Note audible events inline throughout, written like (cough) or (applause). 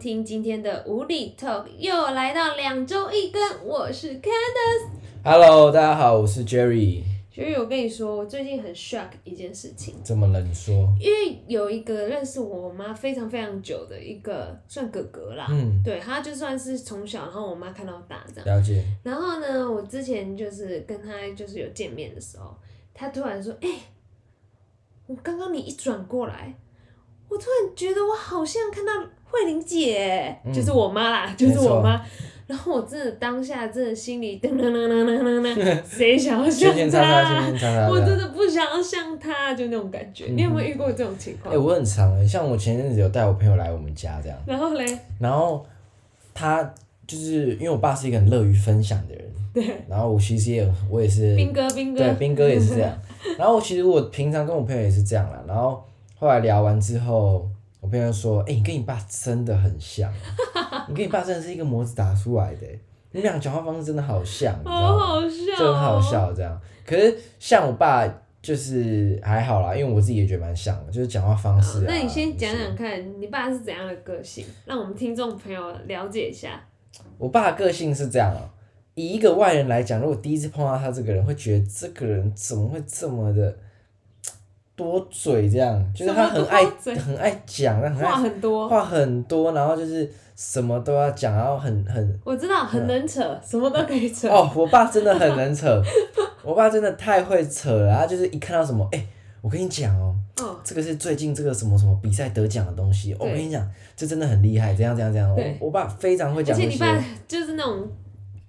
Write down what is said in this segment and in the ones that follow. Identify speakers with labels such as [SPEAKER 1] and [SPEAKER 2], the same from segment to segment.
[SPEAKER 1] 听今天的无理 Talk，又来到两周一更，我是 Ken。
[SPEAKER 2] Hello，大家好，我是 Jerry。
[SPEAKER 1] 所以我跟你说，我最近很 shock 一件事情，
[SPEAKER 2] 怎么了？你说？
[SPEAKER 1] 因为有一个认识我妈非常非常久的一个算哥哥啦，
[SPEAKER 2] 嗯，
[SPEAKER 1] 对他就算是从小，然后我妈看到大这样。
[SPEAKER 2] 了解。
[SPEAKER 1] 然后呢，我之前就是跟他就是有见面的时候，他突然说：“哎、我刚刚你一转过来，我突然觉得我好像看到慧玲姐，
[SPEAKER 2] 嗯
[SPEAKER 1] 就是我妈啦，就是我妈。”然后我真的当下真的心里噔噔噔噔噔噔噔，
[SPEAKER 2] (laughs)
[SPEAKER 1] 谁想要像
[SPEAKER 2] 圈圈
[SPEAKER 1] (laughs)
[SPEAKER 2] 叉叉，
[SPEAKER 1] 她？
[SPEAKER 2] 圈圈叉叉。
[SPEAKER 1] 我真的不想要像她，就那种感觉。你有没有遇过这种情
[SPEAKER 2] 嗯哎、
[SPEAKER 1] 况？
[SPEAKER 2] 我很常哎、像我前阵子有带我朋友来我们家这样，
[SPEAKER 1] 然后嘞，
[SPEAKER 2] 然后他就是因为我爸是一个很乐于分享的人，
[SPEAKER 1] 对，
[SPEAKER 2] 然后我其实也很我也是，
[SPEAKER 1] 兵哥，兵哥
[SPEAKER 2] 对，，斌哥也是
[SPEAKER 1] (laughs)
[SPEAKER 2] 这样。然后其实我平常跟我朋友也是这样啦，然后后来聊完之后，我朋友说：“哎、你跟你爸真的很像，你跟你爸真的是一个模子打出来的欸，你们俩讲话方式真的好像，你知道
[SPEAKER 1] 好好
[SPEAKER 2] 吗？”
[SPEAKER 1] 笑、哦，
[SPEAKER 2] 就很好笑这样。可是像我爸就是还好啦，因为我自己也觉得蛮像的，就是讲话方式、啊。
[SPEAKER 1] 哦那你先讲
[SPEAKER 2] 就是
[SPEAKER 1] 讲看，你爸是怎样的个性，让我们听众朋友了解一下。
[SPEAKER 2] 我爸的个性是这样哦、以一个外人来讲，如果第一次碰到他这个人，会觉得这个人怎么会这么的多嘴这样？就是他很爱
[SPEAKER 1] 什么多嘴
[SPEAKER 2] 很爱讲，很
[SPEAKER 1] 话
[SPEAKER 2] 爱
[SPEAKER 1] 很多，
[SPEAKER 2] 话很多，然后就是什么都要讲，然后很很
[SPEAKER 1] 我知道很能扯，什么都可以扯。
[SPEAKER 2] 哦，我爸真的很
[SPEAKER 1] (laughs)
[SPEAKER 2] 能扯，我爸真的太会扯了。他就是一看到什么，哎、我跟你讲哦、
[SPEAKER 1] 哦，
[SPEAKER 2] 这个是最近这个什么什么比赛得奖的东西，哦
[SPEAKER 1] 对
[SPEAKER 2] 我跟你讲，这真的很厉害，怎样怎样怎样。
[SPEAKER 1] 对
[SPEAKER 2] 我我爸非常会
[SPEAKER 1] 而
[SPEAKER 2] 讲
[SPEAKER 1] 且
[SPEAKER 2] 这
[SPEAKER 1] 你
[SPEAKER 2] 些，
[SPEAKER 1] 爸就是那种，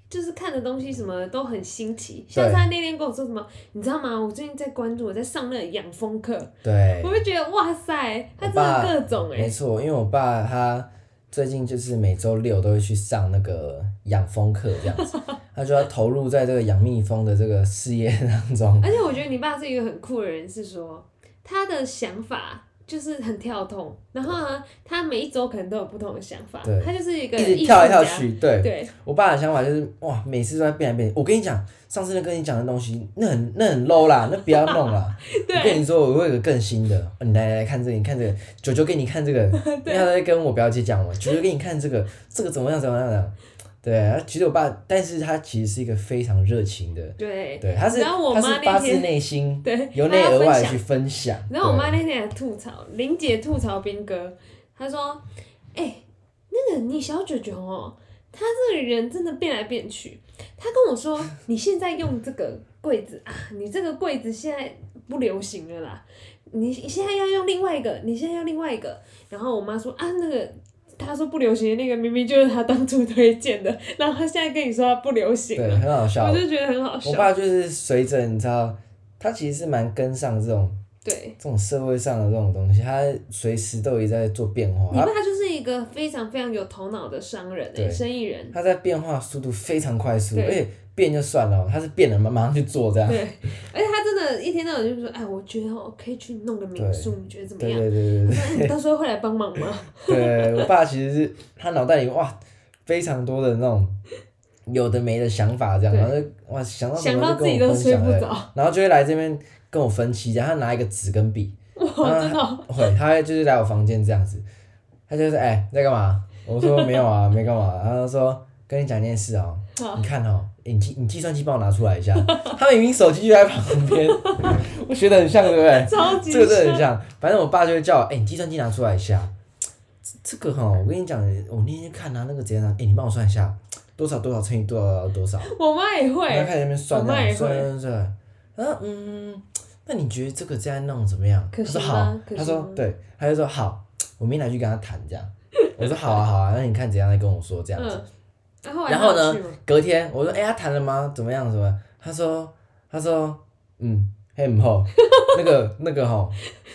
[SPEAKER 1] 就是看的东西什么都很新奇。
[SPEAKER 2] 对
[SPEAKER 1] 像他那天跟我说什么，你知道吗？我最近在关注，我在上那个养蜂课，
[SPEAKER 2] 对
[SPEAKER 1] 我，就觉得哇塞，他真的
[SPEAKER 2] 我爸
[SPEAKER 1] 各种哎、
[SPEAKER 2] 没错，因为我爸他最近就是每周六都会去上那个养蜂课，这样
[SPEAKER 1] (laughs)
[SPEAKER 2] 子，他就要投入在这个养蜜蜂的这个事业
[SPEAKER 1] (laughs)
[SPEAKER 2] 当中。
[SPEAKER 1] 而且我觉得你爸是一个很酷的人，是说他的想法就是很跳动，然后呢，他每一周可能都有不同的想法
[SPEAKER 2] 对，
[SPEAKER 1] 他就是一个
[SPEAKER 2] 一直
[SPEAKER 1] 艺术
[SPEAKER 2] 跳来跳
[SPEAKER 1] 家。
[SPEAKER 2] 去，对
[SPEAKER 1] 对，
[SPEAKER 2] 我爸的想法就是哇，每次都在变来变去。我跟你讲，上次那跟你讲的东西，那很那很 low 啦，那不要弄啦。我跟
[SPEAKER 1] 对，
[SPEAKER 2] 你说，我有一个更新的，哦你来来来看这个，你看这个，九九给你看
[SPEAKER 1] (laughs)
[SPEAKER 2] 这个，因为他在跟我表姐讲嘛，九九给你看这个，这个怎么样怎么样怎么样，对，其实我爸，但是他其实是一个非常热情的，
[SPEAKER 1] 对，
[SPEAKER 2] 对，他是
[SPEAKER 1] 然后我
[SPEAKER 2] 他
[SPEAKER 1] 妈
[SPEAKER 2] 是发
[SPEAKER 1] 那
[SPEAKER 2] 自
[SPEAKER 1] 天，(laughs)
[SPEAKER 2] 内心，
[SPEAKER 1] 对，
[SPEAKER 2] 由
[SPEAKER 1] 她
[SPEAKER 2] 内
[SPEAKER 1] 要
[SPEAKER 2] 而
[SPEAKER 1] 分
[SPEAKER 2] 外
[SPEAKER 1] 享
[SPEAKER 2] 地去分享。
[SPEAKER 1] 然后我
[SPEAKER 2] 对
[SPEAKER 1] 妈那天还吐槽，玲姐吐槽斌哥，她说：“哎、那个你小九九哦，他这个人真的变来变去。他跟我说，你现在用这个柜子啊，你这个柜子现在不流行了啦，你现在要用另外一个，你现在要另外一个。”然后我妈说：“啊，那个。”她说不流行的那个明明就是她当初推荐的，然后她现在跟你说她不流行
[SPEAKER 2] 对，
[SPEAKER 1] 了，
[SPEAKER 2] 很好
[SPEAKER 1] 我
[SPEAKER 2] 笑。
[SPEAKER 1] 就觉得很好笑
[SPEAKER 2] 我。爸就是随着你知道，他其实是蛮跟上这种
[SPEAKER 1] 对，
[SPEAKER 2] 这种社会上的这种东西，他随时都有在做变化，
[SPEAKER 1] 你
[SPEAKER 2] 他
[SPEAKER 1] 爸就是一个非常非常有头脑的商人、欸，
[SPEAKER 2] 对
[SPEAKER 1] 生意
[SPEAKER 2] (laughs)
[SPEAKER 1] 人。
[SPEAKER 2] 他在变化速度非常快速，
[SPEAKER 1] 对
[SPEAKER 2] 而且变就算了哦，他是变了马马上去做这样。
[SPEAKER 1] 对，而且他真的，一天到晚就说，哎，我觉得我可以去弄个民宿，你觉得怎么
[SPEAKER 2] 对
[SPEAKER 1] 样？
[SPEAKER 2] 对对对 (laughs)
[SPEAKER 1] 我说哎你到时候会来帮忙吗？
[SPEAKER 2] 对，对我爸其实是他脑袋里哇非常多的那种有的没的想法，这样，
[SPEAKER 1] 对
[SPEAKER 2] 然后就哇想到什
[SPEAKER 1] 想
[SPEAKER 2] 么
[SPEAKER 1] 到自
[SPEAKER 2] 就
[SPEAKER 1] 己
[SPEAKER 2] 跟
[SPEAKER 1] 都
[SPEAKER 2] 我分
[SPEAKER 1] 睡
[SPEAKER 2] 享哎
[SPEAKER 1] 不
[SPEAKER 2] 了，
[SPEAKER 1] (laughs) 着，
[SPEAKER 2] 然后就会来这边跟我分析，然后他拿一个纸跟笔，
[SPEAKER 1] 哇，真的哦，
[SPEAKER 2] 会，他会就是来我房间这样子，他就是哎、你在干嘛？我说没有啊，没干嘛。然后他说跟你讲一件事哦、
[SPEAKER 1] 好
[SPEAKER 2] 你看哦、你计你计算机帮我拿出来一下， (laughs) 他明明手机就在旁边， (laughs) 我学的很像对不对？
[SPEAKER 1] 超级
[SPEAKER 2] 这个真的很
[SPEAKER 1] 像
[SPEAKER 2] 像，反正我爸就会叫我，哎、你计算机拿出来一下。这这个哈，我跟你讲，我那天去看他、那个怎样拿，哎、你帮我算一下，多少多少乘以多少多少，
[SPEAKER 1] 我妈也
[SPEAKER 2] 然后
[SPEAKER 1] 会，
[SPEAKER 2] 开始在那边算，
[SPEAKER 1] 我
[SPEAKER 2] 这
[SPEAKER 1] 妈也
[SPEAKER 2] 样
[SPEAKER 1] 会
[SPEAKER 2] 算算算，然后嗯，那你觉得这个这样弄怎么样？
[SPEAKER 1] 可
[SPEAKER 2] 他说
[SPEAKER 1] 行
[SPEAKER 2] 好
[SPEAKER 1] 吗，可
[SPEAKER 2] 他
[SPEAKER 1] 行
[SPEAKER 2] 说
[SPEAKER 1] 吗
[SPEAKER 2] 对，他就说好，我明天来去跟他谈这样。我说好啊好啊，那你看怎样再跟我说这样子。
[SPEAKER 1] 嗯，然后
[SPEAKER 2] 然后
[SPEAKER 1] 还有
[SPEAKER 2] 呢
[SPEAKER 1] 去吗？
[SPEAKER 2] 隔天我说哎、他谈了吗？怎么样怎么样？他说他说嗯，嘿唔
[SPEAKER 1] (laughs)
[SPEAKER 2] 好，那个那个吼，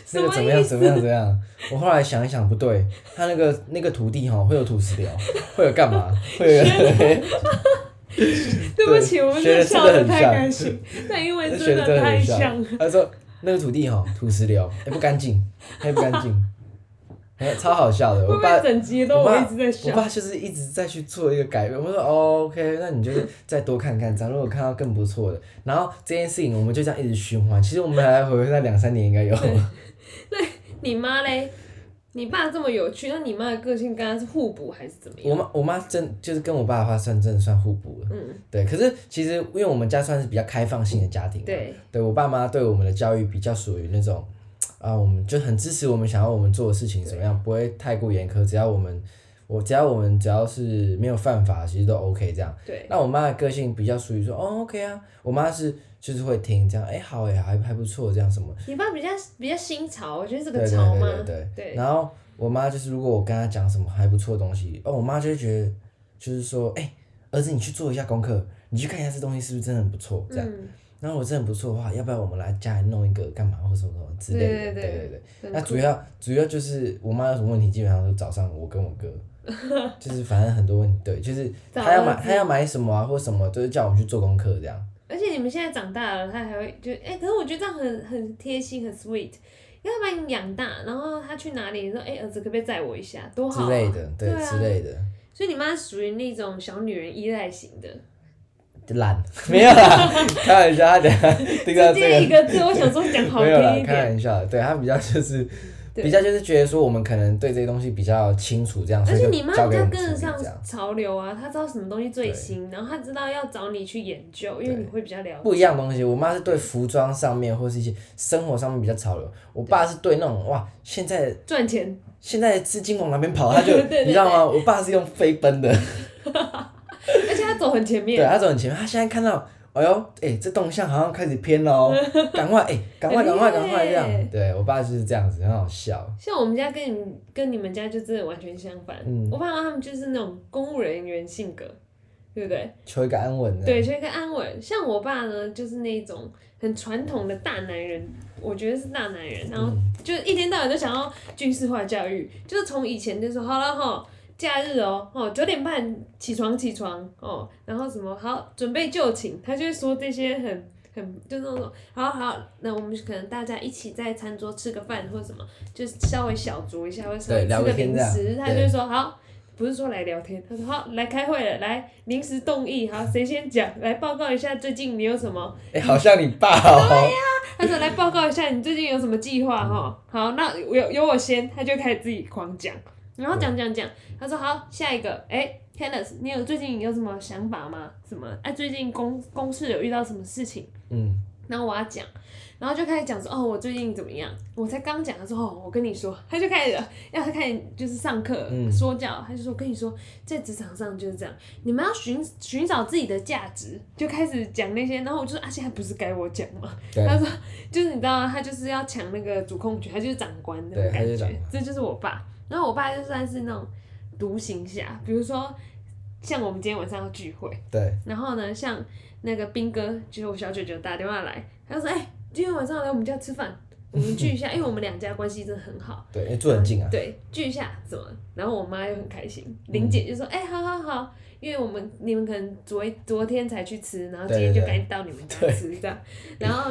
[SPEAKER 1] 什
[SPEAKER 2] 那
[SPEAKER 1] 么
[SPEAKER 2] 个怎么样
[SPEAKER 1] 意思
[SPEAKER 2] 怎么样怎么样？我后来想一想不对，他那个那个土地吼会有土
[SPEAKER 1] (laughs)
[SPEAKER 2] 石流，会有干嘛？会有
[SPEAKER 1] 对不起，我们
[SPEAKER 2] 学
[SPEAKER 1] 这
[SPEAKER 2] 得
[SPEAKER 1] 笑
[SPEAKER 2] 真
[SPEAKER 1] 的
[SPEAKER 2] 的很
[SPEAKER 1] 太
[SPEAKER 2] 像
[SPEAKER 1] 开
[SPEAKER 2] (laughs)
[SPEAKER 1] 心，那因为
[SPEAKER 2] 那
[SPEAKER 1] 真
[SPEAKER 2] 学
[SPEAKER 1] 的
[SPEAKER 2] 的真的
[SPEAKER 1] 太
[SPEAKER 2] 很像
[SPEAKER 1] 像
[SPEAKER 2] (laughs)
[SPEAKER 1] 了，
[SPEAKER 2] 他说那个土地哈土石流，哎、不干净，哎不干净，哎超好笑的。
[SPEAKER 1] 会
[SPEAKER 2] 我
[SPEAKER 1] 不
[SPEAKER 2] 爸
[SPEAKER 1] 会整集都
[SPEAKER 2] 我
[SPEAKER 1] 我
[SPEAKER 2] 爸
[SPEAKER 1] 一直在
[SPEAKER 2] 我
[SPEAKER 1] 笑？
[SPEAKER 2] 爸就是一直在去做一个改变。我说、哦、OK，那你就是再多看看，咱如果看到更不错的，然后这件事情我们就这样一直循环。其实我们来来回回在两三年应该有。
[SPEAKER 1] 你妈嘞？你爸这么有趣，那你妈的个性跟他是互补还是怎么
[SPEAKER 2] 我
[SPEAKER 1] 样？
[SPEAKER 2] 妈我妈真就是跟我爸的话算真的算互补了，
[SPEAKER 1] 嗯，
[SPEAKER 2] 对。可是其实因为我们家算是比较开放性的家庭嘛，
[SPEAKER 1] 对，
[SPEAKER 2] 对我爸妈对我们的教育比较属于那种，啊，我们就很支持我们想要我们做的事情怎么样，不会太过严苛，只要我们我只要我们只要是没有犯法，其实都 OK 这样。
[SPEAKER 1] 对，
[SPEAKER 2] 那我妈的个性比较属于说，哦 OK 啊，我妈是就是会听这样，哎、好哎、还还不错这样什么，
[SPEAKER 1] 你爸比较比较新潮，我觉得这
[SPEAKER 2] 对
[SPEAKER 1] 个
[SPEAKER 2] 对
[SPEAKER 1] 潮
[SPEAKER 2] 对
[SPEAKER 1] 吗？
[SPEAKER 2] 对对。
[SPEAKER 1] 对
[SPEAKER 2] 然后我妈就是如果我跟她讲什么还不错的东西，哦，我妈就会觉得就是说，哎、儿子你去做一下功课，你去看一下这东西是不是真的很不错这样。
[SPEAKER 1] 嗯，
[SPEAKER 2] 然后我真的不错的话，要不要我们来家里弄一个干嘛或什么什么之类的？
[SPEAKER 1] 对对
[SPEAKER 2] 对
[SPEAKER 1] 对
[SPEAKER 2] 对对。
[SPEAKER 1] 真
[SPEAKER 2] 那
[SPEAKER 1] 的
[SPEAKER 2] 主要主要就是我妈有什么问题，基本上都找上我跟我哥，就是反正很多问题，对，就是
[SPEAKER 1] 找
[SPEAKER 2] 她要
[SPEAKER 1] 儿
[SPEAKER 2] 买
[SPEAKER 1] 子
[SPEAKER 2] 她要买什么啊或什么，就是叫我们去做功课这样。
[SPEAKER 1] 而且你们现在长大了，他还会就哎、可是我觉得这样很很贴心，很 sweet。要把你养大，然后他去哪里，你说哎、儿子可不可以载我一下，多好、
[SPEAKER 2] 之
[SPEAKER 1] 啊、
[SPEAKER 2] 类的，对
[SPEAKER 1] 对啊
[SPEAKER 2] 之类的，
[SPEAKER 1] 所以你妈属于那种小女人依赖型的， (laughs)
[SPEAKER 2] 懒没有啦，开玩笑，她等下听到
[SPEAKER 1] 直接
[SPEAKER 2] 这
[SPEAKER 1] 一
[SPEAKER 2] 个
[SPEAKER 1] 个字，我想说讲好
[SPEAKER 2] 呃
[SPEAKER 1] 听
[SPEAKER 2] 没有啦，
[SPEAKER 1] 一
[SPEAKER 2] 开
[SPEAKER 1] 点。
[SPEAKER 2] 玩笑，对她比较就是
[SPEAKER 1] (laughs) 对
[SPEAKER 2] 比较就是觉得说我们可能对这些东西比较清楚这样，所
[SPEAKER 1] 而
[SPEAKER 2] 以
[SPEAKER 1] 且
[SPEAKER 2] 就
[SPEAKER 1] 你妈
[SPEAKER 2] 交
[SPEAKER 1] 比
[SPEAKER 2] 给
[SPEAKER 1] 较
[SPEAKER 2] 我们
[SPEAKER 1] 跟得
[SPEAKER 2] 处理
[SPEAKER 1] 上
[SPEAKER 2] 这样，
[SPEAKER 1] 潮流啊，她知道什么东西最新，然后她知道要找你去研究，因为
[SPEAKER 2] 对
[SPEAKER 1] 你会比较了解。
[SPEAKER 2] 不一样的东西。我妈是对服装上面或是一些生活上面比较潮流，我爸是对那种哇，现在
[SPEAKER 1] 赚钱，
[SPEAKER 2] 现在资金往哪边
[SPEAKER 1] (laughs)
[SPEAKER 2] 跑，他就
[SPEAKER 1] 对对对
[SPEAKER 2] 你知道吗？我爸是用飞
[SPEAKER 1] (laughs)
[SPEAKER 2] 奔的，
[SPEAKER 1] 而且她走很前
[SPEAKER 2] 对，
[SPEAKER 1] 面，
[SPEAKER 2] 他走很前面，他现在看到。哎呦，哎、这动向好像开始偏
[SPEAKER 1] (laughs)
[SPEAKER 2] 了哦，赶快，哎、赶快，赶快，赶
[SPEAKER 1] 很
[SPEAKER 2] 快，这
[SPEAKER 1] 厉害
[SPEAKER 2] 样。对我爸就是这样子，很好笑。
[SPEAKER 1] 像我们家跟你跟你们家就真的完全相反。
[SPEAKER 2] 嗯
[SPEAKER 1] 我爸妈他们就是那种公务人员性格，对不对？
[SPEAKER 2] 求一个安稳的。
[SPEAKER 1] 对，就一个安稳。像我爸呢，就是那种很传统的大男人，我觉得是大男人，然后
[SPEAKER 2] 嗯
[SPEAKER 1] 就一天到晚都想要军事化教育，就是从以前就说好了哈。假日哦，哦，九点半起床起床哦，然后什么好准备就寝，他就会说这些很很就那种好好，那我们可能大家一起在餐桌吃个饭或者什么，就是稍微小酌一下或者稍微
[SPEAKER 2] 对聊
[SPEAKER 1] 吃
[SPEAKER 2] 个
[SPEAKER 1] 个
[SPEAKER 2] 天
[SPEAKER 1] 零
[SPEAKER 2] 这样
[SPEAKER 1] 食，他就
[SPEAKER 2] 对
[SPEAKER 1] 会说好，不是说来聊天，他说好来开会了，来临时动议，好谁先讲，来报告一下最近你有什
[SPEAKER 2] (laughs)
[SPEAKER 1] 么？
[SPEAKER 2] 哎、好像你爸哦。
[SPEAKER 1] 他说来报告一下你最近有什么计划哈？好，那有有我先，他就开始自己狂讲，然后讲讲讲，他说好下一个，哎、c a n d a c e 你有最近有什么想法吗？什么？哎、最近公公事有遇到什么事情？
[SPEAKER 2] 嗯，
[SPEAKER 1] 然后我要讲，然后就开始讲说，哦，我最近怎么样？我才刚讲的时候，哦我跟你说，他就开始要他开始就是上课、
[SPEAKER 2] 嗯
[SPEAKER 1] 说教，他就说，我跟你说，在职场上就是这样，你们要寻寻找自己的价值，就开始讲那些，然后我就说，啊，现在不是该我讲吗？
[SPEAKER 2] 对
[SPEAKER 1] 他说，就是你知道吗，他就是要抢那个主控权，他就是长官那种
[SPEAKER 2] 对他
[SPEAKER 1] 感
[SPEAKER 2] 就是长
[SPEAKER 1] 觉
[SPEAKER 2] 官，
[SPEAKER 1] 这就是我爸。然后我爸就算是那种独行侠，比如说像我们今天晚上要聚会。
[SPEAKER 2] 对，
[SPEAKER 1] 然后呢，像那个斌哥，就是我小舅舅打电话来，他就说：“哎、今天晚上来我们家吃饭，我们聚一下，因为我们两家关系真的很好，
[SPEAKER 2] 对，哎住很近啊。
[SPEAKER 1] 对，聚一下怎么？”然后我妈又很开心，玲姐就说：“哎、好好好，因为我们你们可能昨昨天才去吃，然后今天就
[SPEAKER 2] 对对对
[SPEAKER 1] 赶紧到你们家
[SPEAKER 2] 对
[SPEAKER 1] 吃这样。”然后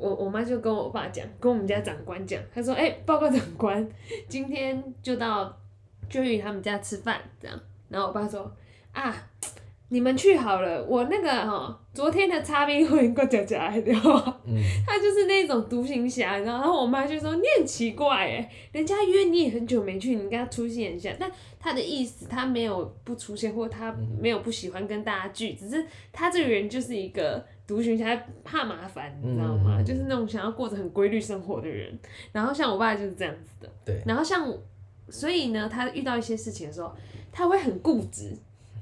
[SPEAKER 1] 我我妈就跟我爸讲，跟我们家长官讲，她说：“哎、报告长官，今天就到 Joey 他们家吃饭这样。”然后我爸说：“啊，你们去好了，我那个哈、昨天的叉 B 会跟脚脚来的哦，
[SPEAKER 2] 嗯，
[SPEAKER 1] (laughs) 他就是那种独行侠，你知道。然后我妈就说：“你很奇怪哎，人家约你也很久没去，你跟他出现一下。”但他的意思，他没有不出现，或他没有不喜欢跟大家聚，只是他这个人就是一个独行侠，怕麻烦，你知道吗？
[SPEAKER 2] 嗯
[SPEAKER 1] 就是那种想要过着很规律生活的人。然后像我爸就是这样子的，
[SPEAKER 2] 对
[SPEAKER 1] 然后像我，所以呢，他遇到一些事情的时候，他会很固执，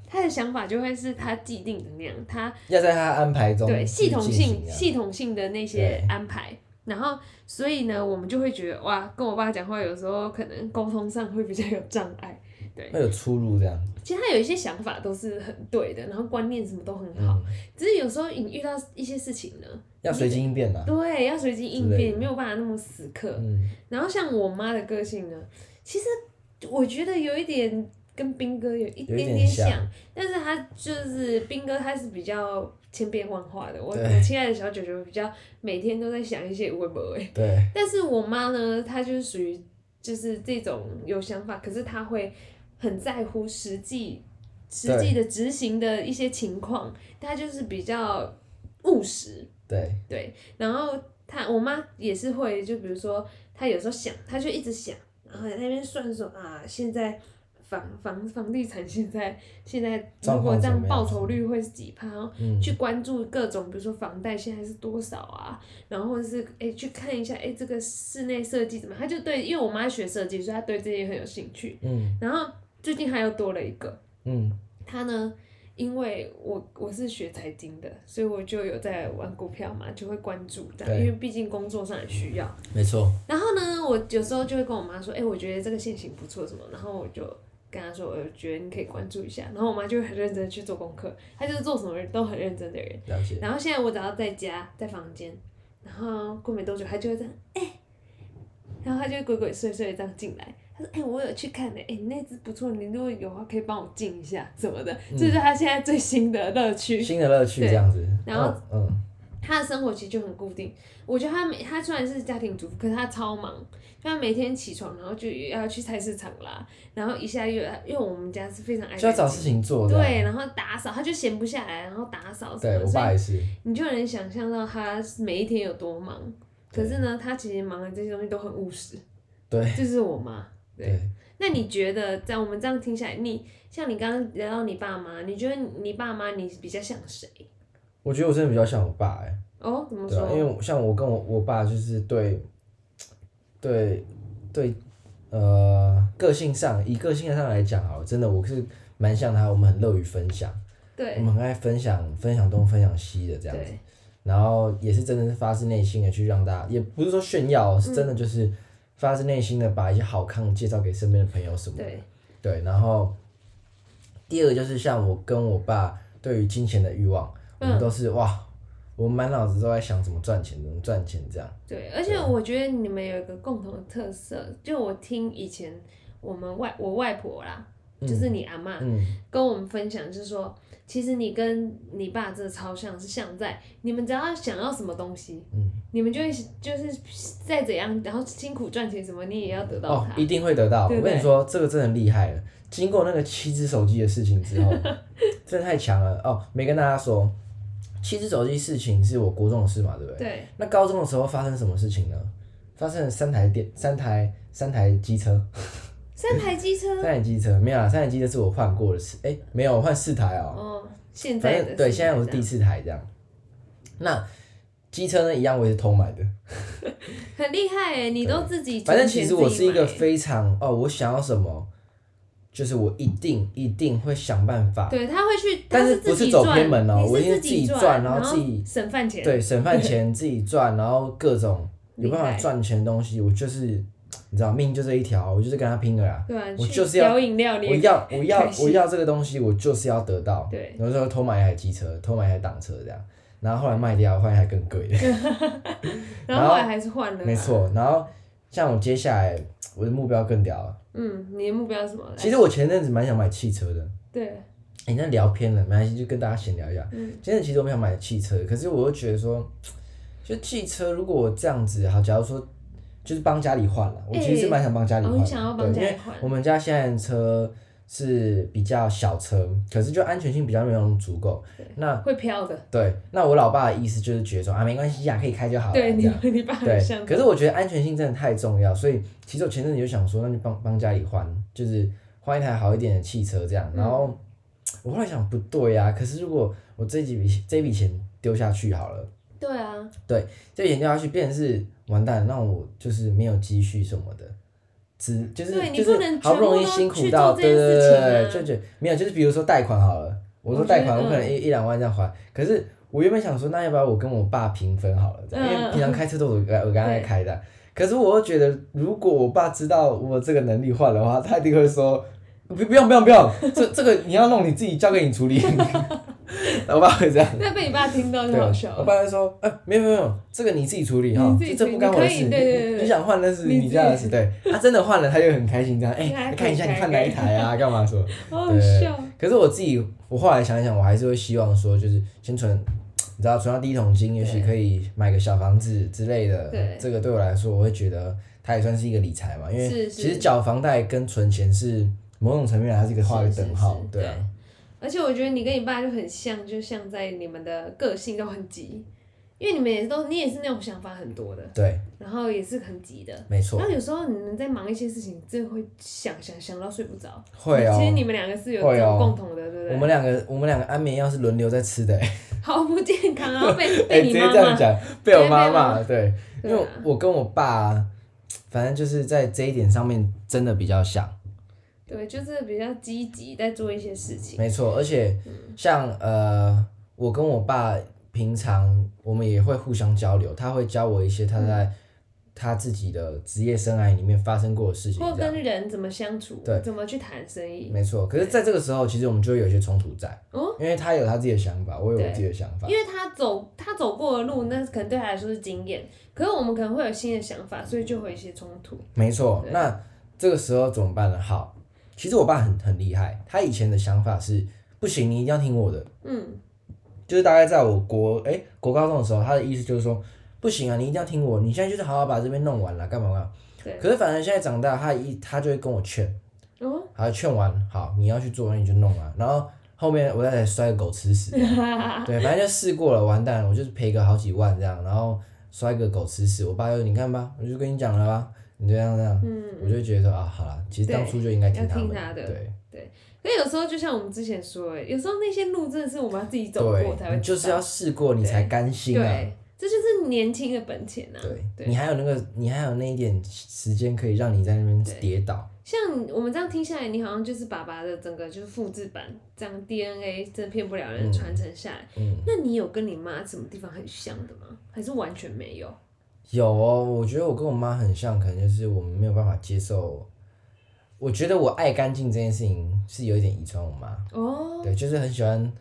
[SPEAKER 1] 他的想法就会是他既定的那样，他
[SPEAKER 2] 要在他安排中
[SPEAKER 1] 对
[SPEAKER 2] 去
[SPEAKER 1] 系统
[SPEAKER 2] 进
[SPEAKER 1] 性
[SPEAKER 2] 行啊
[SPEAKER 1] 系统性的那些
[SPEAKER 2] 对
[SPEAKER 1] 安排。然后，所以呢，我们就会觉得哇，跟我爸讲话有时候可能沟通上会比较有障碍。 (laughs)
[SPEAKER 2] 会有出入这样。
[SPEAKER 1] 其实他有一些想法都是很对的，然后观念什么都很好，
[SPEAKER 2] 嗯，
[SPEAKER 1] 只是有时候你遇到一些事情呢，
[SPEAKER 2] 要随机应变啦。
[SPEAKER 1] 对，要随机应
[SPEAKER 2] 之类
[SPEAKER 1] 变，
[SPEAKER 2] 的
[SPEAKER 1] 没有办法那么死磕。
[SPEAKER 2] 嗯，
[SPEAKER 1] 然后像我妈的个性呢，其实我觉得有一点跟斌哥有一
[SPEAKER 2] 有一
[SPEAKER 1] 点点
[SPEAKER 2] 点
[SPEAKER 1] 像，
[SPEAKER 2] 像
[SPEAKER 1] 但是他就是斌哥，他是比较千变万化的。我
[SPEAKER 2] 对
[SPEAKER 1] 我亲爱的小九九比较每天都在想一些微博哎，
[SPEAKER 2] 对，
[SPEAKER 1] 但是我妈呢，她就是属于就是这种有想法，可是她会很在乎实际实际的执行的一些情况，她就是比较务实。
[SPEAKER 2] 对，
[SPEAKER 1] 对，然后他我妈也是会，就比如说她有时候想，她就一直想，然后在那边算说啊，现在房房房地产现在现在
[SPEAKER 2] 状
[SPEAKER 1] 如果
[SPEAKER 2] 况
[SPEAKER 1] 这
[SPEAKER 2] 怎
[SPEAKER 1] 样
[SPEAKER 2] 么样
[SPEAKER 1] 报酬率会是几趴，然后
[SPEAKER 2] 嗯
[SPEAKER 1] 去关注各种，比如说房贷现在是多少啊，然后或者是哎、去看一下哎、这个室内设计怎么样，他就对，因为我妈学设计，所以她对这些很有兴趣。
[SPEAKER 2] 嗯
[SPEAKER 1] 然后最近还又多了一个，
[SPEAKER 2] 嗯，
[SPEAKER 1] 他呢，因为我我是学财经的，所以我就有在玩股票嘛，就会关注这样，
[SPEAKER 2] 对
[SPEAKER 1] 因为毕竟工作上也需要。
[SPEAKER 2] 没错，
[SPEAKER 1] 然后呢，我有时候就会跟我妈说，哎、我觉得这个现行不错什么，然后我就跟她说，我觉得你可以关注一下。然后我妈就会很认真地去做功课，她就是做什么都很认真的人。
[SPEAKER 2] 了解。
[SPEAKER 1] 然后现在我只要在家在房间，然后过没多久她就会这样，哎、然后她就会鬼鬼祟祟地这样进来。她说：“哎、我有去看的、哎、你那只不错，你如果有的话，可以帮我进一下什么的。
[SPEAKER 2] 嗯
[SPEAKER 1] 这就是她现在最新的乐趣。
[SPEAKER 2] 新的乐趣这样子。
[SPEAKER 1] 对然后
[SPEAKER 2] 嗯，
[SPEAKER 1] 她的生活其实就很固定。我觉得她每她虽然是家庭主妇，可是她超忙，就她每天起床，然后就要去菜市场啦，然后一下又因为我们家是非常爱
[SPEAKER 2] 嗯就要
[SPEAKER 1] 干
[SPEAKER 2] 找
[SPEAKER 1] 净
[SPEAKER 2] 事情做。这
[SPEAKER 1] 对，
[SPEAKER 2] 样
[SPEAKER 1] 然后打扫，她就闲不下来，然后打扫什
[SPEAKER 2] 对，
[SPEAKER 1] 么，
[SPEAKER 2] 我
[SPEAKER 1] 所以
[SPEAKER 2] 爸也是。
[SPEAKER 1] 你就能想象到他每一天有多忙。可
[SPEAKER 2] 对
[SPEAKER 1] 是呢，他其实忙的这些东西都很务实。
[SPEAKER 2] 对
[SPEAKER 1] 这是我妈。对
[SPEAKER 2] 对，
[SPEAKER 1] 那你觉得，在我们这样听下来，你像你刚刚聊到你爸妈，你觉得你爸妈你比较像谁？
[SPEAKER 2] 我觉得我真的比较像我爸哎，
[SPEAKER 1] 哦，怎么
[SPEAKER 2] 对
[SPEAKER 1] 说？
[SPEAKER 2] 啊，因为我像我跟我我爸就是对，对对，呃，个性上以个性上来讲啊，真的我是蛮像他，我们很乐于分享，我
[SPEAKER 1] 对
[SPEAKER 2] 们很爱分享分享东分享西的这样子。
[SPEAKER 1] 对
[SPEAKER 2] 然后也是真的是发自内心的去让大家，也不是说炫耀，哦
[SPEAKER 1] 嗯
[SPEAKER 2] 是真的就是发自内心的把一些好看的介绍给身边的朋友什么的。
[SPEAKER 1] 对
[SPEAKER 2] 对，然后第二个就是像我跟我爸对于金钱的欲望，我
[SPEAKER 1] 嗯
[SPEAKER 2] 们都是哇，我们满脑子都在想怎么赚钱，怎么赚钱这样。
[SPEAKER 1] 对，而且我觉得你们有一个共同的特色，就我听以前我们外我外婆啦，就是你阿妈，
[SPEAKER 2] 嗯，
[SPEAKER 1] 跟我们分享，就是说，其实你跟你爸真的超像，是像在你们只要想要什么东西，
[SPEAKER 2] 嗯，
[SPEAKER 1] 你们就会就是再怎样，然后辛苦赚钱什么，你也要得到
[SPEAKER 2] 哦
[SPEAKER 1] 它。，
[SPEAKER 2] 一定会得到。
[SPEAKER 1] 对
[SPEAKER 2] 我
[SPEAKER 1] 不对
[SPEAKER 2] 跟你说，这个真的很厉害了。经过那个七只手机的事
[SPEAKER 1] (laughs)
[SPEAKER 2] 情之后，真的太强了哦！没跟大家说，七只手机事情是我国中的事嘛，对不对？
[SPEAKER 1] 对，
[SPEAKER 2] 那高中的时候发生什么事情呢？发生了三台电、三台、三台机车、
[SPEAKER 1] 三台机车
[SPEAKER 2] 三，台机车没有啊？三台机车是我换过的事，哎、没有，我换四台哦、
[SPEAKER 1] 哦，现
[SPEAKER 2] 反
[SPEAKER 1] 在的
[SPEAKER 2] 正对，
[SPEAKER 1] 是
[SPEAKER 2] 现在我是
[SPEAKER 1] 这样
[SPEAKER 2] 第四台这样。那机车呢，一样我也是偷买的。
[SPEAKER 1] 很厉害哎，你都自己
[SPEAKER 2] 反正
[SPEAKER 1] 存
[SPEAKER 2] 其
[SPEAKER 1] 钱
[SPEAKER 2] 实我
[SPEAKER 1] 自
[SPEAKER 2] 是
[SPEAKER 1] 己
[SPEAKER 2] 一个
[SPEAKER 1] 买欸
[SPEAKER 2] 非常哦，我想要什么，就是我一定一定会想办法。
[SPEAKER 1] 对，他会去，
[SPEAKER 2] 但
[SPEAKER 1] 他
[SPEAKER 2] 是
[SPEAKER 1] 自
[SPEAKER 2] 不是
[SPEAKER 1] 己
[SPEAKER 2] 走
[SPEAKER 1] 赚
[SPEAKER 2] 偏门哦
[SPEAKER 1] 你
[SPEAKER 2] 我一定
[SPEAKER 1] 是
[SPEAKER 2] 是
[SPEAKER 1] 自
[SPEAKER 2] 自己
[SPEAKER 1] 赚，
[SPEAKER 2] 赚然后自己
[SPEAKER 1] 省饭钱，
[SPEAKER 2] 对，省饭钱自己赚，然后各种有办
[SPEAKER 1] 厉
[SPEAKER 2] 法
[SPEAKER 1] 害
[SPEAKER 2] 赚钱的东西，我就是你知道，命就这一条，我就是跟他拼了啦。
[SPEAKER 1] 对啊，
[SPEAKER 2] 我
[SPEAKER 1] 去
[SPEAKER 2] 就是要
[SPEAKER 1] 摇饮料，你
[SPEAKER 2] 我
[SPEAKER 1] 也
[SPEAKER 2] 要我要
[SPEAKER 1] 开心
[SPEAKER 2] 我要这个东西，我就是要得到。
[SPEAKER 1] 对
[SPEAKER 2] 然后就偷买一台机车，偷买一台挡车这样，然后后来卖掉，换一台更贵的，
[SPEAKER 1] 然后后来还是换了，
[SPEAKER 2] 没，错。然后像我接下来我的目标更屌了，
[SPEAKER 1] 嗯，你的目标是什么？
[SPEAKER 2] 其实我前阵子蛮想买汽车的，
[SPEAKER 1] 对，
[SPEAKER 2] 哎、那聊偏了，没关系，就跟大家闲聊一下。
[SPEAKER 1] 嗯
[SPEAKER 2] 今天其实我们想买汽车，可是我又觉得说，就汽车如果我这样子，好，假如说就是帮家里换了，我其实是蛮想帮家里
[SPEAKER 1] 哦
[SPEAKER 2] 换的、
[SPEAKER 1] 你想要帮
[SPEAKER 2] 对
[SPEAKER 1] 家里
[SPEAKER 2] 因为
[SPEAKER 1] 换
[SPEAKER 2] 我们家现在的车是比较小车，可是就安全性比较没有那么足够。那
[SPEAKER 1] 会飘的。
[SPEAKER 2] 对，那我老爸的意思就是觉得说啊，没关系呀、可以开就好了，
[SPEAKER 1] 对
[SPEAKER 2] 这
[SPEAKER 1] 你
[SPEAKER 2] 样。
[SPEAKER 1] 你 (laughs) 爸很像
[SPEAKER 2] 对，，可是我觉得安全性真的太重要，所以其实我前阵子就想说，那就帮帮家里换，就是换一台好一点的汽车这样。然后、我后来想，不对呀、可是如果我这几笔这笔钱丢下去好了，
[SPEAKER 1] 对啊，
[SPEAKER 2] 这笔钱丢下去，变成是完蛋，那我就是没有积蓄什么的。只就是
[SPEAKER 1] 对你
[SPEAKER 2] 就
[SPEAKER 1] 不能
[SPEAKER 2] 是好不容
[SPEAKER 1] 全
[SPEAKER 2] 易
[SPEAKER 1] 部都
[SPEAKER 2] 辛
[SPEAKER 1] 去
[SPEAKER 2] 苦到，
[SPEAKER 1] 做
[SPEAKER 2] 对
[SPEAKER 1] 这件
[SPEAKER 2] 对对
[SPEAKER 1] 事情
[SPEAKER 2] 对
[SPEAKER 1] 啊
[SPEAKER 2] 对，就觉得没有，就是比如说贷款好了，我
[SPEAKER 1] 我觉
[SPEAKER 2] 说
[SPEAKER 1] 得
[SPEAKER 2] 贷款，我可能
[SPEAKER 1] 嗯
[SPEAKER 2] 一一两万这样还，可是我原本想说，那要不要我跟我爸平分好了，这样
[SPEAKER 1] 嗯
[SPEAKER 2] 因
[SPEAKER 1] 嗯
[SPEAKER 2] 为
[SPEAKER 1] 嗯
[SPEAKER 2] 平常开车都是我跟我跟他
[SPEAKER 1] 对
[SPEAKER 2] 开的。可是我又觉得，如果我爸知道我这个能力换的话，他一定会说，不不用不用不用，这这个你要弄你自己交给你处理。 (laughs) 我爸会这样，
[SPEAKER 1] 那被你爸听到就
[SPEAKER 2] 对，啊
[SPEAKER 1] 好笑
[SPEAKER 2] 我
[SPEAKER 1] 了。
[SPEAKER 2] 爸会说，哎、没有没有没有，这个你自己处理哈
[SPEAKER 1] 你，自己处
[SPEAKER 2] 这这
[SPEAKER 1] 理
[SPEAKER 2] 不干我的
[SPEAKER 1] 你可以
[SPEAKER 2] 事。你
[SPEAKER 1] 对对对对
[SPEAKER 2] 你想换那是
[SPEAKER 1] 你
[SPEAKER 2] 你家的事，对。他真的换了，他就很开心这样，哎、
[SPEAKER 1] 你还
[SPEAKER 2] 看一下
[SPEAKER 1] 可以
[SPEAKER 2] 你换
[SPEAKER 1] 改
[SPEAKER 2] 哪一台啊， (laughs) 干嘛说？
[SPEAKER 1] 好好笑，
[SPEAKER 2] 可是我自己，我后来想一想，我还是会希望说，就是先存，你知道，存到第一桶金，也许可以买个小房子之类的。
[SPEAKER 1] 对
[SPEAKER 2] 这个对我来说，我会觉得它也算是一个理财嘛，因为
[SPEAKER 1] 是是
[SPEAKER 2] 其实缴房贷跟存钱是某种层面来它是一个画一个
[SPEAKER 1] 是是
[SPEAKER 2] 等号
[SPEAKER 1] 是，
[SPEAKER 2] 对啊，
[SPEAKER 1] 而且我觉得你跟你爸就很像，就像在你们的个性都很急，因为你们也都你也是那种想法很多的，
[SPEAKER 2] 对，
[SPEAKER 1] 然后也是很急的。
[SPEAKER 2] 没错
[SPEAKER 1] 然，后有时候你们在忙一些事情，真的会想想想到睡不着。
[SPEAKER 2] 会哦
[SPEAKER 1] 其。实你们两个是有
[SPEAKER 2] 会
[SPEAKER 1] 这
[SPEAKER 2] 哦
[SPEAKER 1] 种共同的，对不对？
[SPEAKER 2] 我们两个，我们两个安眠药是轮流在吃的、欸，
[SPEAKER 1] 好不健康，然后被
[SPEAKER 2] (laughs) 哎、
[SPEAKER 1] 被
[SPEAKER 2] 直
[SPEAKER 1] 你
[SPEAKER 2] 接
[SPEAKER 1] 妈
[SPEAKER 2] 这样
[SPEAKER 1] 妈。
[SPEAKER 2] 讲，被
[SPEAKER 1] 直接被
[SPEAKER 2] 我妈
[SPEAKER 1] 妈
[SPEAKER 2] 骂，对，因
[SPEAKER 1] 对
[SPEAKER 2] 为
[SPEAKER 1] 啊，
[SPEAKER 2] 我跟我爸，反正就是在这一点上面真的比较像，
[SPEAKER 1] 对，就是比较积极在做一些事情。
[SPEAKER 2] 没错，而且
[SPEAKER 1] 嗯
[SPEAKER 2] 像呃，我跟我爸平常我们也会互相交流，他会教我一些他在、
[SPEAKER 1] 嗯
[SPEAKER 2] 他自己的职业生涯里面发生过的事情，
[SPEAKER 1] 或
[SPEAKER 2] 这样
[SPEAKER 1] 跟人怎么相处
[SPEAKER 2] 对，
[SPEAKER 1] 怎么去谈生意，
[SPEAKER 2] 没错。可是在这个时候，其实我们就会有一些冲突在，
[SPEAKER 1] 哦
[SPEAKER 2] 因为他有他自己的想法，我有我
[SPEAKER 1] 对
[SPEAKER 2] 自己的想法
[SPEAKER 1] 因，为他走他走过的路，那可能对他来说是经验，可是我们可能会有新的想法，所以就会有一些冲突。
[SPEAKER 2] 没错。
[SPEAKER 1] 对
[SPEAKER 2] 那这个时候怎么办呢？好，其实我爸很很厉害，他以前的想法是不行，你一定要听我的，
[SPEAKER 1] 嗯，
[SPEAKER 2] 就是大概在我国哎、国高中的时候，他的意思就是说，不行啊，你一定要听我，你现在就是好好把这边弄完了，干嘛干嘛。
[SPEAKER 1] 对。
[SPEAKER 2] 可是反正现在长大，他一他就会跟我劝，
[SPEAKER 1] 哦，
[SPEAKER 2] 他劝完好，你要去做，那你就弄啊。然后后面我再摔个狗
[SPEAKER 1] (laughs)
[SPEAKER 2] 吃屎，对，反正就试过了，完蛋了，我就是赔个好几万这样，然后摔个狗吃屎。我爸就你看吧，我就跟你讲了吧，你就这样这样，我
[SPEAKER 1] 嗯，
[SPEAKER 2] 就觉得啊，好了，其实当初就应该听他们
[SPEAKER 1] 对要听他的
[SPEAKER 2] 对
[SPEAKER 1] 可有时候就像我们之前说的，有时候那些路真的是我们要自己走过才
[SPEAKER 2] 对，
[SPEAKER 1] 会
[SPEAKER 2] 你就是要试过你
[SPEAKER 1] 对
[SPEAKER 2] 才甘心啊。
[SPEAKER 1] 对，这就是年轻的本钱啊。
[SPEAKER 2] 对，
[SPEAKER 1] 对
[SPEAKER 2] 你还有那个，你还有那一点时间可以让你在那边跌倒，
[SPEAKER 1] 像我们这样听下来，你好像就是爸爸的整个就是复制版，这样 DNA 真的骗不了人，
[SPEAKER 2] 嗯
[SPEAKER 1] 传承下来。
[SPEAKER 2] 嗯，
[SPEAKER 1] 那你有跟你妈什么地方很像的吗？还是完全没有？
[SPEAKER 2] 有哦，我觉得我跟我妈很像，可能就是我们没有办法接受。我觉得我爱干净这件事情是有一点遗传我妈，
[SPEAKER 1] 哦，
[SPEAKER 2] 对，就是很喜欢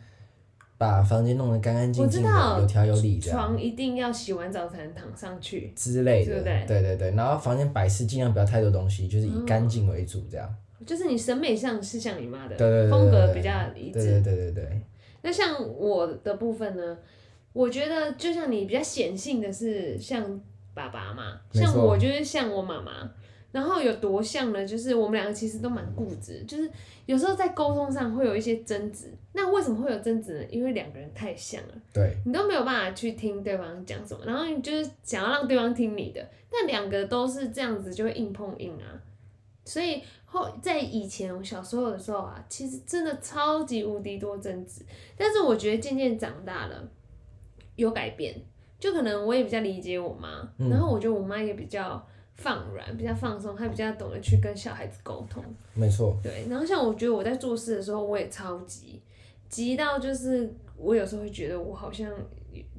[SPEAKER 2] 把房间弄得干干净净
[SPEAKER 1] 我知道
[SPEAKER 2] 的，有条有理这样
[SPEAKER 1] 床一定要洗完澡才能躺上去。
[SPEAKER 2] 之类的，
[SPEAKER 1] 对不对
[SPEAKER 2] 对对对。然后房间摆饰尽量不要太多东西，就是以
[SPEAKER 1] 嗯
[SPEAKER 2] 干净为主这样。
[SPEAKER 1] 就是你审美上是像你妈的
[SPEAKER 2] 对对对对
[SPEAKER 1] 风格
[SPEAKER 2] 对
[SPEAKER 1] 比较一
[SPEAKER 2] 对
[SPEAKER 1] 致。
[SPEAKER 2] 对对对对，
[SPEAKER 1] 那像我的部分呢，我觉得就像你比较显性的是像爸爸嘛，
[SPEAKER 2] 没错
[SPEAKER 1] 像我就是像我妈妈。然后有多像呢？就是我们两个其实都蛮固执，就是有时候在沟通上会有一些争执。那为什么会有争执呢？因为两个人太像了，
[SPEAKER 2] 对
[SPEAKER 1] 你都没有办法去听对方讲什么，然后你就是想要让对方听你的，但两个都是这样子，就会硬碰硬啊。所以后在以前我小时候的时候啊，其实真的超级无敌多争执，但是我觉得渐渐长大了，有改变，就可能我也比较理解我妈，
[SPEAKER 2] 嗯
[SPEAKER 1] 然后我觉得我妈也比较放软，比较放松，她比较懂得去跟小孩子沟通。
[SPEAKER 2] 没错，
[SPEAKER 1] 对，然后像我觉得我在做事的时候，我也超级急到，就是我有时候会觉得我好像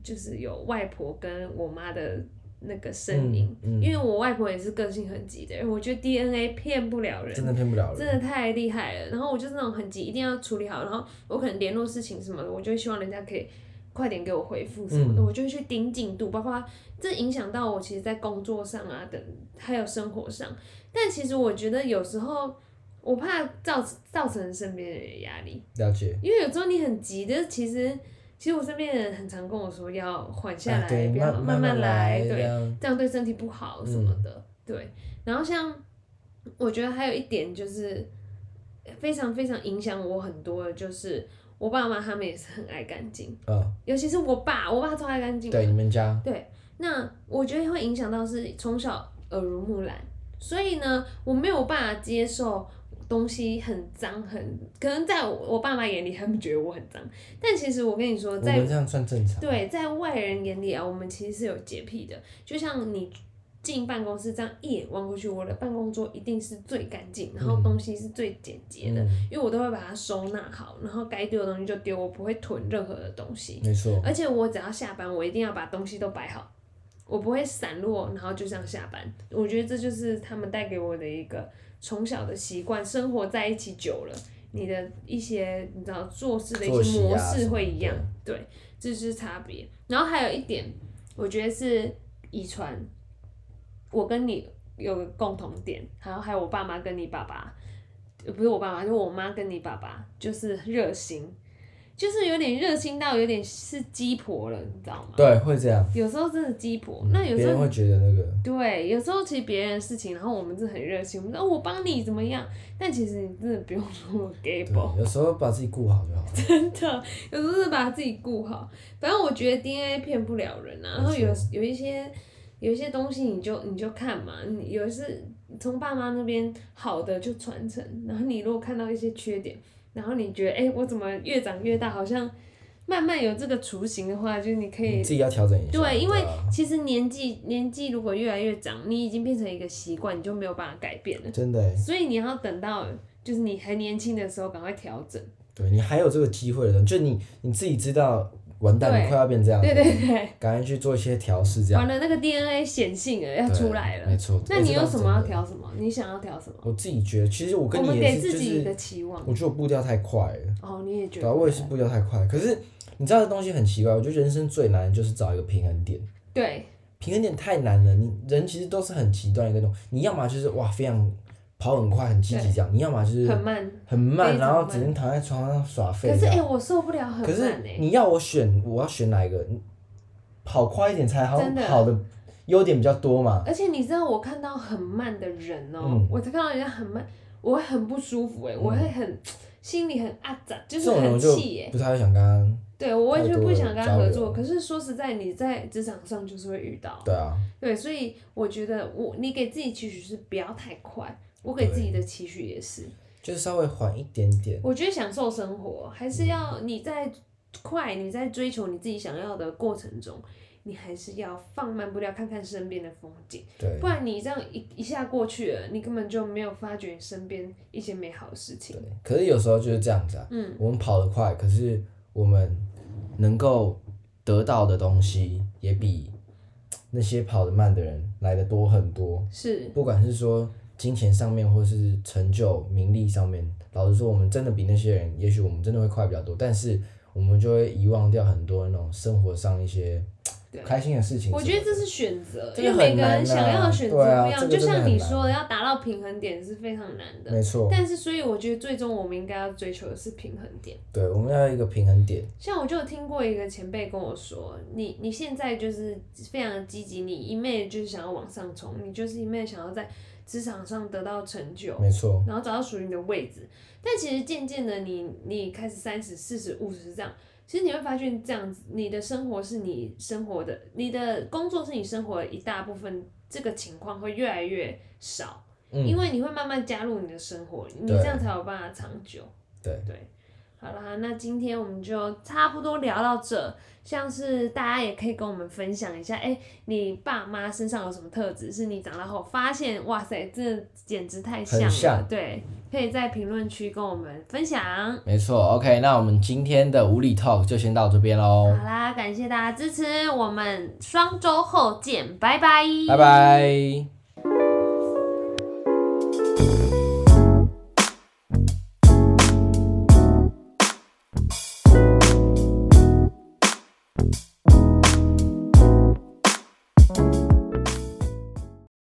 [SPEAKER 1] 就是有外婆跟我妈的那个声音，
[SPEAKER 2] 嗯嗯
[SPEAKER 1] 因为我外婆也是个性很急的人，我觉得 DNA 骗不了人，
[SPEAKER 2] 真的骗不了人。
[SPEAKER 1] 真的太厉害了。然后我就是那种很急，一定要处理好，然后我可能联络事情什么的，我就会希望人家可以快点给我回复什么
[SPEAKER 2] 嗯
[SPEAKER 1] 的，我就会去盯进度，包括这影响到我其实，在工作上啊等，还有生活上。但其实我觉得有时候。我怕造造成身边人的压力，
[SPEAKER 2] 了解。
[SPEAKER 1] 因为有时候你很急的，其实其实我身边的人很常跟我说要缓下来，
[SPEAKER 2] 啊对，
[SPEAKER 1] 不要
[SPEAKER 2] 慢
[SPEAKER 1] 慢
[SPEAKER 2] 慢
[SPEAKER 1] 来，
[SPEAKER 2] 这
[SPEAKER 1] 对，
[SPEAKER 2] 样
[SPEAKER 1] 这样对身体不好什么
[SPEAKER 2] 嗯
[SPEAKER 1] 的。对，然后像我觉得还有一点就是非常非常影响我很多的，就是我爸妈他们也是很爱干净，
[SPEAKER 2] 嗯，
[SPEAKER 1] 尤其是我爸，我爸超爱干净的。
[SPEAKER 2] 对，你们家
[SPEAKER 1] 那我觉得会影响到是从小耳濡目染，所以呢，我没有办法接受东西很脏，很可能在我我爸妈眼里，他们觉得我很脏，但其实我跟你说，
[SPEAKER 2] 我
[SPEAKER 1] 在
[SPEAKER 2] 们这样算正常。
[SPEAKER 1] 对，在外人眼里啊，我们其实是有洁癖的。就像你进办公室这样一眼望过去，我的办公桌一定是最干净，然后
[SPEAKER 2] 嗯
[SPEAKER 1] 东西是最简洁的，
[SPEAKER 2] 嗯，
[SPEAKER 1] 因为我都会把它收纳好，然后该丢的东西就丢，我不会囤任何的东西。
[SPEAKER 2] 没错，
[SPEAKER 1] 而且我只要下班，我一定要把东西都摆好，我不会散落，然后就这样下班。我觉得这就是他们带给我的一个从小的习惯，生活在一起久了，你的一些你知道做事的一
[SPEAKER 2] 作
[SPEAKER 1] 些
[SPEAKER 2] 息啊
[SPEAKER 1] 模
[SPEAKER 2] 什
[SPEAKER 1] 式
[SPEAKER 2] 么
[SPEAKER 1] 会
[SPEAKER 2] 的
[SPEAKER 1] 一样，对，这就是差别。然后还有一点，我觉得是遗传，我跟你有个共同点，还有还有我爸妈跟你爸爸。呃不是我爸妈，就是我妈跟你爸爸，就是热心。就是有点热心到有点是鸡婆了，你知道吗？
[SPEAKER 2] 对，会这样。
[SPEAKER 1] 有时候真的鸡婆，
[SPEAKER 2] 嗯
[SPEAKER 1] 那有
[SPEAKER 2] 别
[SPEAKER 1] 时
[SPEAKER 2] 人
[SPEAKER 1] 候
[SPEAKER 2] 会觉得那个，
[SPEAKER 1] 对，有时候其实别人的事情，然后我们是很热心，我们说哦我帮你怎么样，但其实你真的不用那么 gay
[SPEAKER 2] 对
[SPEAKER 1] ball，
[SPEAKER 2] 有时候把自己顾好就好了。
[SPEAKER 1] (laughs) 真的，啊有时候是把自己顾好。反正我觉得 DNA 骗不了人啊，然后有
[SPEAKER 2] 没错
[SPEAKER 1] 有一些有一些东西你就你就看嘛，你有是从爸妈那边好的就传承，然后你如果看到一些缺点，然后你觉得哎、诶我怎么越长越大，好像慢慢有这个雏形的话，就是你可以
[SPEAKER 2] 你自己要调整一下。
[SPEAKER 1] 对，因为
[SPEAKER 2] 啊
[SPEAKER 1] 其实年纪年纪如果越来越长，你已经变成一个习惯，你就没有办法改变了。
[SPEAKER 2] 真的欸，
[SPEAKER 1] 所以你要等到就是你还年轻的时候，赶快调整。
[SPEAKER 2] 对你还有这个机会的，就你你自己知道，完蛋，
[SPEAKER 1] 对
[SPEAKER 2] 你快要变这样，
[SPEAKER 1] 对对对，
[SPEAKER 2] 赶快去做一些调试，这样
[SPEAKER 1] 完了那个 DNA 显性了，要
[SPEAKER 2] 对
[SPEAKER 1] 出来了
[SPEAKER 2] 没。错。
[SPEAKER 1] 那你
[SPEAKER 2] 欸
[SPEAKER 1] 有什么要？
[SPEAKER 2] 这倒是真的
[SPEAKER 1] 调什么？你想要调什么？
[SPEAKER 2] 我自己觉得，其实我
[SPEAKER 1] 我
[SPEAKER 2] 跟
[SPEAKER 1] 们
[SPEAKER 2] 你
[SPEAKER 1] 给
[SPEAKER 2] 也是，
[SPEAKER 1] 自
[SPEAKER 2] 就
[SPEAKER 1] 己一个
[SPEAKER 2] 是
[SPEAKER 1] 期望。
[SPEAKER 2] 我觉得我步调太快了，
[SPEAKER 1] 哦，你也觉
[SPEAKER 2] 对
[SPEAKER 1] 得？
[SPEAKER 2] 啊，我也是步调太快。可是你知道这东西很奇怪，我觉得人生最难的就是找一个平衡点。
[SPEAKER 1] 对
[SPEAKER 2] 平衡点太难了，你人其实都是很极端一个东，你要么就是哇非常跑很快很积极这样，你要么就是
[SPEAKER 1] 很慢。
[SPEAKER 2] 很慢，
[SPEAKER 1] 非常
[SPEAKER 2] 然后
[SPEAKER 1] 慢
[SPEAKER 2] 只能躺在床上耍废
[SPEAKER 1] 可是
[SPEAKER 2] 这
[SPEAKER 1] 哎、
[SPEAKER 2] 样。
[SPEAKER 1] 我受不了很
[SPEAKER 2] 可是
[SPEAKER 1] 慢哎、
[SPEAKER 2] 你要我选，我要选哪一个？你跑快一点才好
[SPEAKER 1] 真，的哎
[SPEAKER 2] 好的优点比较多嘛。
[SPEAKER 1] 而且你知道，我看到很慢的人哦、
[SPEAKER 2] 嗯
[SPEAKER 1] 我才看到人家很慢，我会很不舒服哎、我会很心里很阿杂，就
[SPEAKER 2] 这
[SPEAKER 1] 是
[SPEAKER 2] 种人我
[SPEAKER 1] 很
[SPEAKER 2] 就
[SPEAKER 1] 气哎、
[SPEAKER 2] 不太会想跟他，
[SPEAKER 1] 对，我完全不想跟他合
[SPEAKER 2] 太多
[SPEAKER 1] 作。
[SPEAKER 2] 了
[SPEAKER 1] 可是说实在，你在职场上就是会遇到，
[SPEAKER 2] 对啊，
[SPEAKER 1] 对，所以我觉得我你给自己期许是不要太快，我给自己的期许也是，
[SPEAKER 2] 就是稍微缓一点点。
[SPEAKER 1] 我觉得享受生活还是要你在快你在追求你自己想要的过程中，你还是要放慢步调，看看身边的风景。
[SPEAKER 2] 对
[SPEAKER 1] 不，然你这样一一下过去了，你根本就没有发觉你身边一些美好的事情
[SPEAKER 2] 对。。可是有时候就是这样子啊，
[SPEAKER 1] 嗯，
[SPEAKER 2] 我们跑得快，可是我们能够得到的东西也比那些跑得慢的人来的多很多。
[SPEAKER 1] 是，
[SPEAKER 2] 不管是说金钱上面，或是成就、名利上面，老实说，我们真的比那些人，也许我们真的会快比较多，但是我们就会遗忘掉很多那种生活上一些
[SPEAKER 1] 对
[SPEAKER 2] 开心的事情什么
[SPEAKER 1] 我
[SPEAKER 2] 的。
[SPEAKER 1] 觉得这是选择，
[SPEAKER 2] 这
[SPEAKER 1] 因
[SPEAKER 2] 个
[SPEAKER 1] 为每
[SPEAKER 2] 很
[SPEAKER 1] 个
[SPEAKER 2] 难
[SPEAKER 1] 人想要的
[SPEAKER 2] 啊
[SPEAKER 1] 选择
[SPEAKER 2] 对啊
[SPEAKER 1] 不一样。
[SPEAKER 2] 这个
[SPEAKER 1] 就
[SPEAKER 2] 真的
[SPEAKER 1] 像
[SPEAKER 2] 很
[SPEAKER 1] 你
[SPEAKER 2] 难
[SPEAKER 1] 说的，要达到平衡点是非常难的。
[SPEAKER 2] 没错，
[SPEAKER 1] 但是，所以我觉得最终我们应该要追求的是平衡点。
[SPEAKER 2] 对，我们要有一个平衡点，
[SPEAKER 1] 像我就有听过一个前辈跟我说，你你现在就是非常积极，你一昧就是想要往上冲，你就是一昧想要在职场上得到成就，
[SPEAKER 2] 没错，
[SPEAKER 1] 然后找到属于你的位置。但其实渐渐的你，你开始三十、四十、五十这样，其实你会发现这样子，你的生活是你生活的，你的工作是你生活的一大部分，这个情况会越来越少，因
[SPEAKER 2] 嗯，
[SPEAKER 1] 为你会慢慢加入你的生活，你
[SPEAKER 2] 对
[SPEAKER 1] 这样才有办法长久。
[SPEAKER 2] 对，
[SPEAKER 1] 对，好啦，那今天我们就差不多聊到这。像是大家也可以跟我们分享一下，哎、你爸妈身上有什么特质是你长大后发现，哇塞，这简直太像了。
[SPEAKER 2] 很像
[SPEAKER 1] 对，可以在评论区跟我们分享。
[SPEAKER 2] 没错。OK，那我们今天的无理 talk 就先到这边喽，
[SPEAKER 1] 好啦，感谢大家支持，我们双周后见，拜拜，
[SPEAKER 2] 拜。拜。